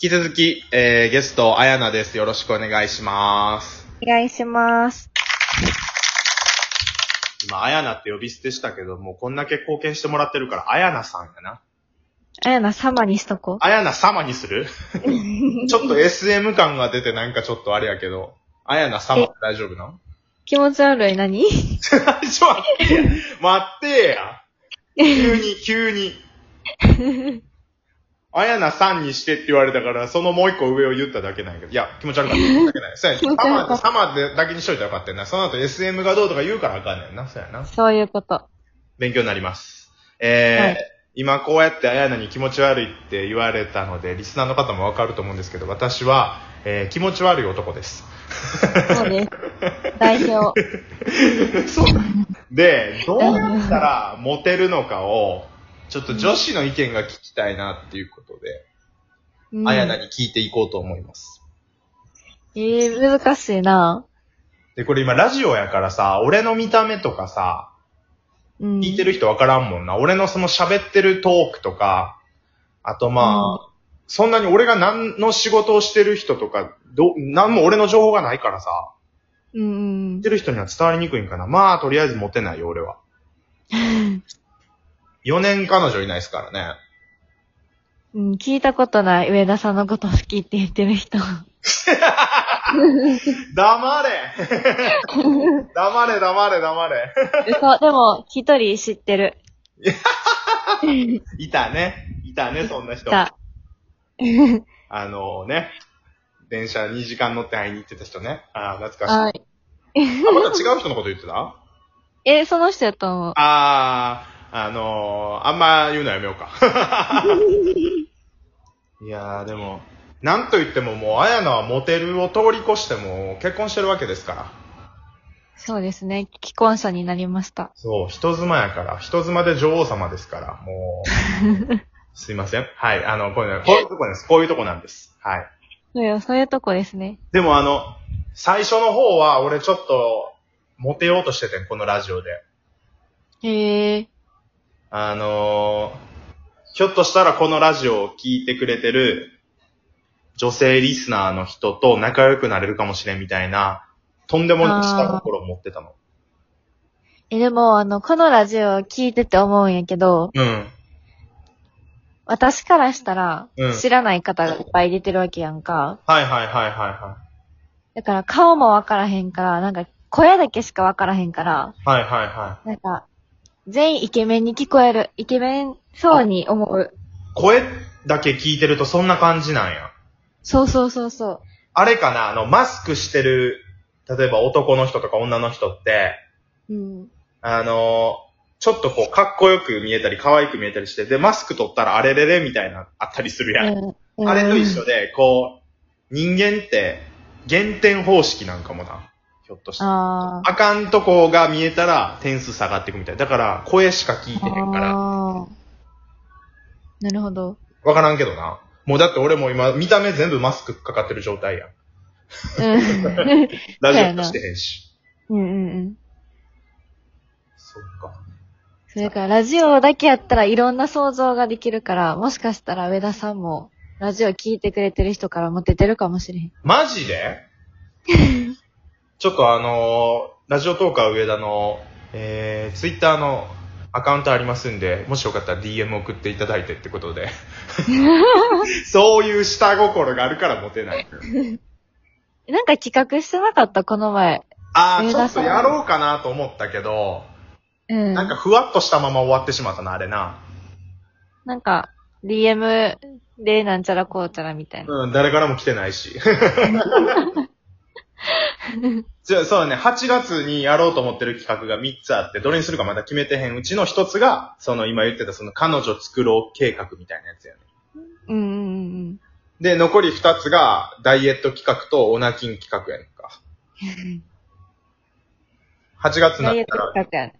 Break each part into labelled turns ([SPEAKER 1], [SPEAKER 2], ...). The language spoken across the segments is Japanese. [SPEAKER 1] 引き続き、えー、ゲスト、あやなです。よろしくお願いします。
[SPEAKER 2] お願いします。
[SPEAKER 1] 今、あやなって呼び捨てしたけど、もうこんだけ貢献してもらってるから、あやなさんやな。
[SPEAKER 2] あやな様にしとこ
[SPEAKER 1] あやな様にす る
[SPEAKER 2] う。
[SPEAKER 1] ちょっと SM 感が出てなんかちょっとあれやけど、あやな様って大丈夫なの
[SPEAKER 2] 気持ち悪い何
[SPEAKER 1] ちょ、待ってや。待ってや。急に、急に。あやなさんにしてって言われたから、そのもう一個上を言っただけなんやけど。いや、気持ち悪かった。申し訳ない。そうや
[SPEAKER 2] 気持ち悪か
[SPEAKER 1] ね。
[SPEAKER 2] った
[SPEAKER 1] サマーでだけにしといたらよかったよな。その後 SM がどうとか言うからあかんねんな。そうやな。
[SPEAKER 2] そういうこと。
[SPEAKER 1] 勉強になります。えー
[SPEAKER 2] はい
[SPEAKER 1] 今こうやってあやなに気持ち悪いって言われたので、リスナーの方もわかると思うんですけど、私は、えー気持ち悪い男です。
[SPEAKER 2] そう です。代表。
[SPEAKER 1] そう。で、どうやったらモテるのかを、ちょっと女子の意見が聞きたいなっていうことで、
[SPEAKER 2] うん
[SPEAKER 1] あやなに聞いていこうと思います。
[SPEAKER 2] えー、難しいな。
[SPEAKER 1] で、これ今ラジオやからさ、俺の見た目とかさ、
[SPEAKER 2] うん。
[SPEAKER 1] 聞いてる人わからんもんな。俺のその喋ってるトークとか、あとまあ、そんなに俺が何の仕事をしてる人とか、ど、何も俺の情報がないからさ、
[SPEAKER 2] う
[SPEAKER 1] 聞
[SPEAKER 2] ん
[SPEAKER 1] いてる人には伝わりにくいんかな。まあ、とりあえずモテないよ、俺 は。
[SPEAKER 2] うん。
[SPEAKER 1] 4年彼女いないですからね。
[SPEAKER 2] うん、聞いたことない上田さんのこと好きって言って る人。
[SPEAKER 1] 黙 れ黙れ黙れ黙れ。
[SPEAKER 2] 嘘、でも、一人知ってる。
[SPEAKER 1] いたね。いたね、そんな人。
[SPEAKER 2] だ。
[SPEAKER 1] あのね。電車2時間乗って会いに行ってた人ね。ああ、懐かしい。
[SPEAKER 2] はい。
[SPEAKER 1] あ、また違う人のこと言ってたあ
[SPEAKER 2] えー、その人やと思う。
[SPEAKER 1] あー、あのー、あんま言うのやめよ うか。いやー、でも、なんと言ってももう、あやなはモテるを通り越しても結婚してるわけですから。
[SPEAKER 2] そうですね。既婚者になりました。
[SPEAKER 1] そう、人妻やから、人妻で女王様ですから、もう、すいません。はい、あの、こういうのこういうとこです。こういうとこなんです。はい。
[SPEAKER 2] そうよ、そういうとこですね。
[SPEAKER 1] でもあの、最初の方は、俺ちょっと、モテようとしててん、このラジオで。
[SPEAKER 2] へえ。
[SPEAKER 1] あのー、ひょっとしたらこのラジオを聞いてくれてる、女性リスナーの人と仲良くなれるかもしれんみたいな、とんでもなくした心を持ってたの。
[SPEAKER 2] え、でも、あの、このラジオ聞いてて思うんやけど、
[SPEAKER 1] うん。
[SPEAKER 2] 私からしたら
[SPEAKER 1] うん、
[SPEAKER 2] 知らない方がいっぱい出てるわけやんか。
[SPEAKER 1] はいはいはいはいは
[SPEAKER 2] だから顔もわからへんから、なんか声だけしかわからへんから、
[SPEAKER 1] い。はいはいはい。
[SPEAKER 2] なんか、全員イケメンに聞こえる。イケメンそうに思う。
[SPEAKER 1] 声だけ聞いてるとそんな感じなんや。
[SPEAKER 2] そうそうそうそう。
[SPEAKER 1] あれかな、あの、マスクしてる、例えば男の人とか女の人って、
[SPEAKER 2] うん。
[SPEAKER 1] あの、ちょっとこう、かっこよく見えたり、可愛く見えたりして、で、マスク取ったらあれれれみたいな、あったりするやん。
[SPEAKER 2] うん
[SPEAKER 1] あれと一緒で、こう、人間って、減点方式なんかもな。ひょっとして。あ
[SPEAKER 2] あー
[SPEAKER 1] かんとこが見えたら、点数下がっていくみたい。だから、声しか聞いてへんから。
[SPEAKER 2] あー。 なるほど。
[SPEAKER 1] わからんけどな。もうだって俺も今、見た目全部マスクかかってる状態やん。
[SPEAKER 2] うん。
[SPEAKER 1] ラジ
[SPEAKER 2] そうや
[SPEAKER 1] オ
[SPEAKER 2] な
[SPEAKER 1] もしてへんし。
[SPEAKER 2] うんうんうん。
[SPEAKER 1] そっか。
[SPEAKER 2] それから、ラジオだけやったらいろんな想像ができるから、もしかしたら上田さんも、ラジオ聞いてくれてる人からモテてるかもしれへん。
[SPEAKER 1] マジで ちょっとあのーラジオトーカー上田の、えー、ツイッターのアカウントありますんで、もしよかったら DM 送っていただいてってこと で。そういう下心があるからモテない。
[SPEAKER 2] なんか企画してなかったこの前。
[SPEAKER 1] あー、
[SPEAKER 2] 上
[SPEAKER 1] ちょ
[SPEAKER 2] 田
[SPEAKER 1] っと
[SPEAKER 2] さん
[SPEAKER 1] やろうかなと思ったけど、
[SPEAKER 2] うん。
[SPEAKER 1] なんかふわっとしたまま終わってしまったな、あれな。
[SPEAKER 2] なんか、DM でなんちゃらこうちゃらみたいな。
[SPEAKER 1] うん、誰からも来てない し。じゃあ、そうね、8月にやろうと思ってる企画が3つあって、どれにするかまだ決めてへんうちの1つが、その今言ってたその彼女作ろう計画みたいなやつやね。
[SPEAKER 2] うんうん
[SPEAKER 1] で、残り2つが、ダイエット企画とオナキン企画やねんか。
[SPEAKER 2] うん。
[SPEAKER 1] 8月にな
[SPEAKER 2] ダ
[SPEAKER 1] っ
[SPEAKER 2] イエッ
[SPEAKER 1] た
[SPEAKER 2] ト
[SPEAKER 1] ら、
[SPEAKER 2] 企画やね。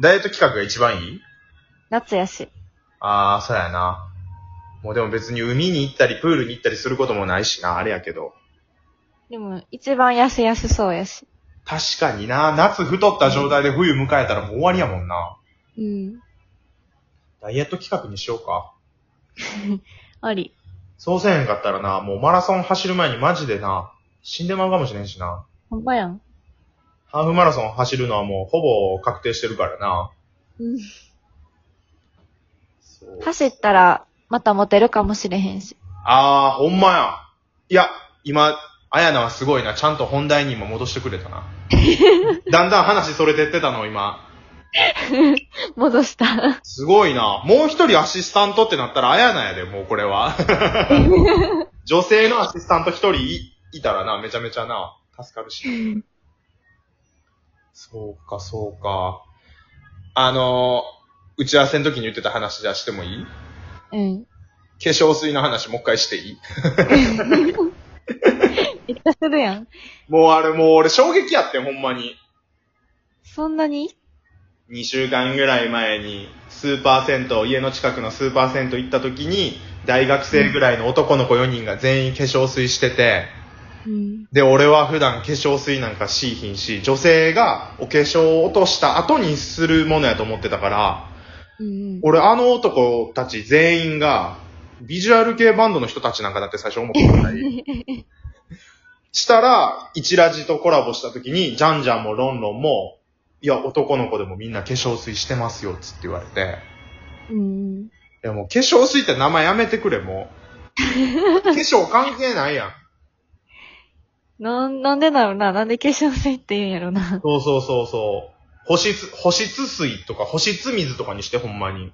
[SPEAKER 1] ダイエット企画が一番いい
[SPEAKER 2] 夏やし。
[SPEAKER 1] ああ、そうやな。もうでも別に海に行ったり、プールに行ったりすることもないしな、あれやけど。
[SPEAKER 2] でも、一番痩せやすそうやし。
[SPEAKER 1] 確かにな、夏太った状態で冬迎えたらもう終わりやもんな。
[SPEAKER 2] うん。
[SPEAKER 1] ダイエット企画にしようか。
[SPEAKER 2] あり。
[SPEAKER 1] そうせえへんかったらな、もうマラソン走る前にマジでな、死んでまうかもしれんしな。
[SPEAKER 2] ほんまやん。
[SPEAKER 1] ハーフマラソン走るのはもうほぼ確定してるからな。
[SPEAKER 2] うん。
[SPEAKER 1] そう
[SPEAKER 2] 走ったら、またモテるかもしれへんし。
[SPEAKER 1] あー、ほんまや。いや、今、あやなはすごいな。ちゃんと本題にも戻してくれた な。だんだん話それてってたの、今。
[SPEAKER 2] 戻した。
[SPEAKER 1] すごいな。もう一人アシスタントってなったら、あやなやで、もうこれは。女性のアシスタント一人いいたらな、めちゃめちゃな、助かるし。そうか、そうか。あのー、打ち合わせの時に言ってた話じゃあしてもいい化
[SPEAKER 2] うん。
[SPEAKER 1] 粧水の話もう一回していい
[SPEAKER 2] めっちゃするやん。
[SPEAKER 1] もうあれもう俺衝撃やってん、ほんまに。
[SPEAKER 2] そんなに
[SPEAKER 1] 2週間ぐらい前にスーパー銭湯家の近くのスーパー銭湯行った時に大学生ぐらいの男の子4人が全員化粧水してて
[SPEAKER 2] うん。
[SPEAKER 1] で俺は普段化粧水なんかしいひんし女性がお化粧を落とした後にするものやと思ってたから
[SPEAKER 2] うん。
[SPEAKER 1] 俺あの男たち全員がビジュアル系バンドの人たちなんかだって最初思ってたぐらいしたら一ラジとコラボした時にジャンジャンもロンロンもいや男の子でもみんな化粧水してますよっつって言われて
[SPEAKER 2] うん。
[SPEAKER 1] いやもう化粧水って名前やめてくれ、もう。化粧関係ないやん。
[SPEAKER 2] なん、なんでだろうな。なんで化粧水って言うんやろな。
[SPEAKER 1] そうそうそうそう。保湿、保湿水とか保湿水とかにしてほんまに。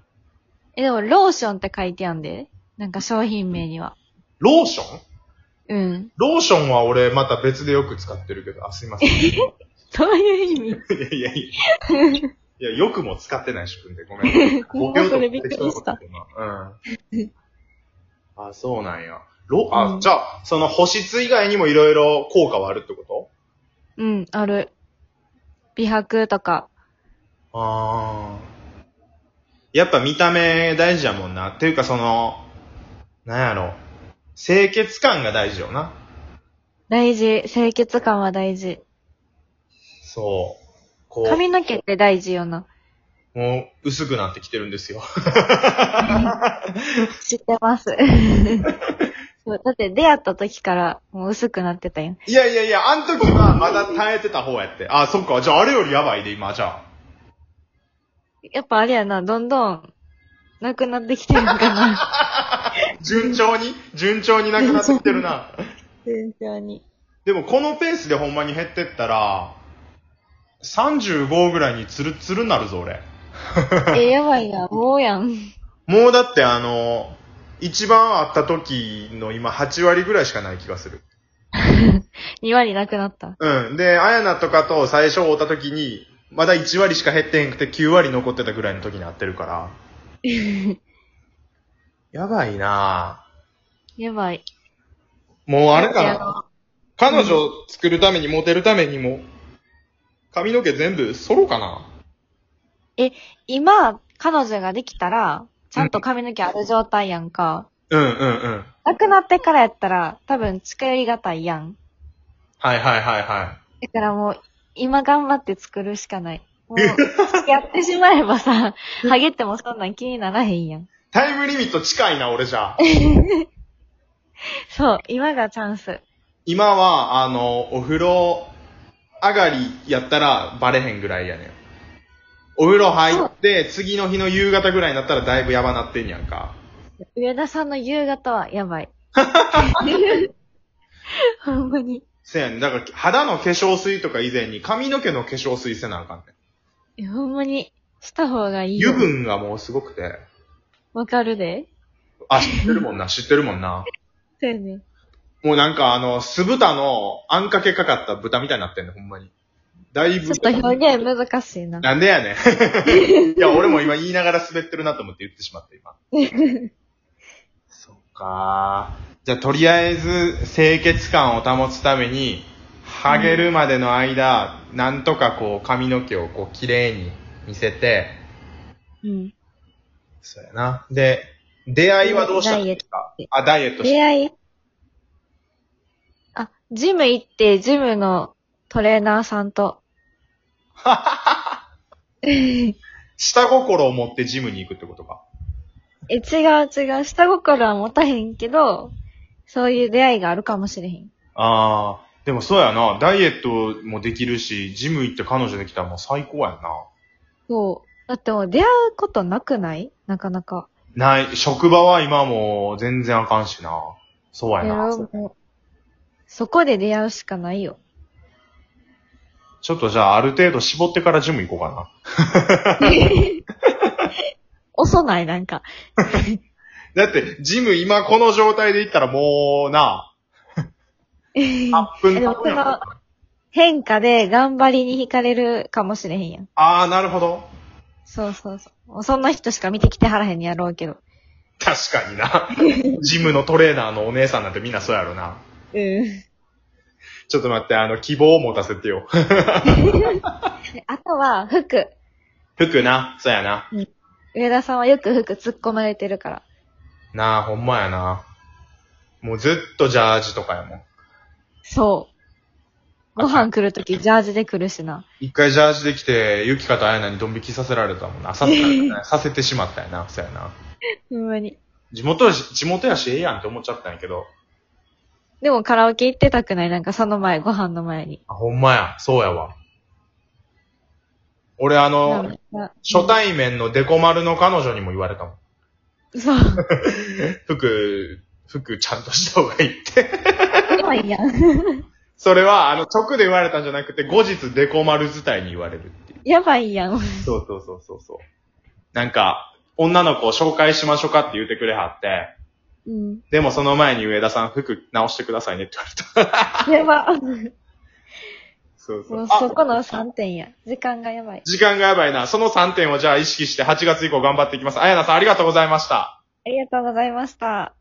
[SPEAKER 2] え、でも、ローションって書いてあんで。なんか商品名には。
[SPEAKER 1] ローション
[SPEAKER 2] うん。
[SPEAKER 1] ローションは俺また別でよく使ってるけど、あ、すいま せん。い
[SPEAKER 2] そういう意味。
[SPEAKER 1] やいやいや。いや、よくも使ってないし、君でごめん。
[SPEAKER 2] それびっくりした
[SPEAKER 1] うん。あ、そうなんや。ロ、あ、
[SPEAKER 2] うん
[SPEAKER 1] じゃあ、その保湿以外にもいろいろ効果はあるってこと
[SPEAKER 2] うん、ある。美白とか。
[SPEAKER 1] ああ。やっぱ見た目大事やもんな。っていうかその、なんやろ。清潔感が大事よな。
[SPEAKER 2] 大事。清潔感は大事。
[SPEAKER 1] そう。こ
[SPEAKER 2] 髪の毛って大事よな。
[SPEAKER 1] う、もう薄くなってきてるんですよ。
[SPEAKER 2] 知って ます。そうだって出会った時からもう薄くなってたよ。
[SPEAKER 1] いやいやいや、あん時はまだ耐えてた方やって。あ、そっか。じゃああれよりやばいで、今、じゃあ。
[SPEAKER 2] やっぱあれやな、どんどん、なくなってきてるんか な。
[SPEAKER 1] 順調に順調になくなってきてるな。
[SPEAKER 2] 順調に。
[SPEAKER 1] でもこのペースでほんまに減ってったら、35ぐらいにツルツルになるぞ、俺。
[SPEAKER 2] え、やばいな、もうやん。
[SPEAKER 1] もうだってあの、一番あった時の今8割ぐらいしかない気がする。
[SPEAKER 2] 2割なくなった。
[SPEAKER 1] うん。で、あやなとかと最初会った時に、まだ1割しか減ってへんくて9割残ってたぐらいの時に会ってるから。やばいなぁ
[SPEAKER 2] やばい。
[SPEAKER 1] もうあれか
[SPEAKER 2] だってあ
[SPEAKER 1] な
[SPEAKER 2] の
[SPEAKER 1] 彼女を作るためにモテるためにも、髪の毛全部剃ろうかな。
[SPEAKER 2] 今、彼女ができたら、ちゃんと髪の毛ある状態やんか。
[SPEAKER 1] うんうんうん。
[SPEAKER 2] なくなってからやったら、多分近寄りがたいやん。
[SPEAKER 1] はいはいはいは
[SPEAKER 2] だからもう、今頑張って作るしかない。もう、やってしまえば さ、ハゲってもそんなん気にならへんやん。
[SPEAKER 1] い。タイムリミット近いな、俺じゃあ。
[SPEAKER 2] そう、今がチャンス。
[SPEAKER 1] 今は、あの、お風呂上がりやったらバレへんぐらいやねん。お風呂入って、次の日の夕方ぐらいになったらだいぶやばなってんやんか。
[SPEAKER 2] 上田さんの夕方はや ばい。ほんまに。
[SPEAKER 1] せやねん。だから、肌の化粧水とか以前に髪の毛の化粧水せなあかんねん。
[SPEAKER 2] いやほんまに、した方がいいよ。
[SPEAKER 1] 油分がもうすごくて。
[SPEAKER 2] わかるで。
[SPEAKER 1] あ、知ってるもんな、知ってるもんな。
[SPEAKER 2] そうやね。
[SPEAKER 1] もうなんかあの、酢豚のあんかけかかった豚みたいになってんねん、ほんまに。だい
[SPEAKER 2] ちょ
[SPEAKER 1] ぶ
[SPEAKER 2] っ。と表現難しいな。
[SPEAKER 1] なんでやねん。いや、俺も今言いながら滑ってるなと思って言ってしまった、今。そっかじゃあ、とりあえず、清潔感を保つために、ハゲるまでの間、なんとかこう、髪の毛をこう、綺麗に見せて、
[SPEAKER 2] うん。
[SPEAKER 1] そうやな。で、出会いはどうしたん
[SPEAKER 2] ダイエッ
[SPEAKER 1] で
[SPEAKER 2] ト
[SPEAKER 1] すかあ、ダイエットして。
[SPEAKER 2] 出会いあ、ジム行って、ジムのトレーナーさん と。
[SPEAKER 1] 下心を持ってジムに行くってことか。
[SPEAKER 2] え、違う違う。下心は持たへんけど、そういう出会いがあるかもしれへん。
[SPEAKER 1] ああ、でもそうやな。ダイエットもできるし、ジム行って彼女できたらもう最高やんな。
[SPEAKER 2] そう。だってもう出会うことなくないなかなか。
[SPEAKER 1] ない、職場は今もう全然あかんしな。そうやな。
[SPEAKER 2] いやもうそこで出会うしかない よ。
[SPEAKER 1] ちょっとじゃあある程度絞ってからジム行こうかな。
[SPEAKER 2] 遅ないなんか。
[SPEAKER 1] だって、ジム今この状態で行ったらもうな、8分
[SPEAKER 2] えでも
[SPEAKER 1] 経つやん
[SPEAKER 2] この変化で頑張りに惹かれるかもしれへんやん。
[SPEAKER 1] ああ、なるほど。
[SPEAKER 2] そうそうそう。もうそんな人しか見てきてはらへんやろうけど。
[SPEAKER 1] 確かにな。 ジムのトレーナーのお姉さんなんてみんなそうやろな。
[SPEAKER 2] うん。
[SPEAKER 1] ちょっと待って、あの、希望を持たせてよ。
[SPEAKER 2] あとは、服。
[SPEAKER 1] 服な、そうやな。
[SPEAKER 2] 上田さんはよく服突っ込まれてるから。
[SPEAKER 1] なあ、ほんまやな。もうずっとジャージとかやもん。
[SPEAKER 2] そう。ご飯来るとき、ジャージで来るしな。
[SPEAKER 1] 一回ジャージできて、ゆきかとあやなにドン引きさせられたもんな。させられたねさせてしまったやな、そうやな。
[SPEAKER 2] ほんまに。
[SPEAKER 1] 地元やし、地元やし、ええやんって思っちゃったんやけど。
[SPEAKER 2] でもカラオケ行ってたくないなんかその前、ご飯の前に。
[SPEAKER 1] あ、ほんまや、そうやわ。俺あの、
[SPEAKER 2] なんか
[SPEAKER 1] 初対面のデコ丸の彼女にも言われたもん。
[SPEAKER 2] そう。
[SPEAKER 1] 服、服ちゃんとした方がいいって。
[SPEAKER 2] 今いいやん。
[SPEAKER 1] それは、あの、直で言われたんじゃなくて、後日デコ丸自体に言われるっていう。
[SPEAKER 2] やばいやん。
[SPEAKER 1] そうそうそうそうそう。なんか、女の子を紹介しましょうかって言ってくれはって、
[SPEAKER 2] うん。
[SPEAKER 1] でもその前に上田さん服直してくださいねって言われた。
[SPEAKER 2] やば。
[SPEAKER 1] そうそう。
[SPEAKER 2] もう
[SPEAKER 1] あ
[SPEAKER 2] そこの3点や。時間がやばい。
[SPEAKER 1] 時間がやばいな。その3点をじゃあ意識して8月以降頑張っていきます。あやなさんありがとうございました。
[SPEAKER 2] ありがとうございました。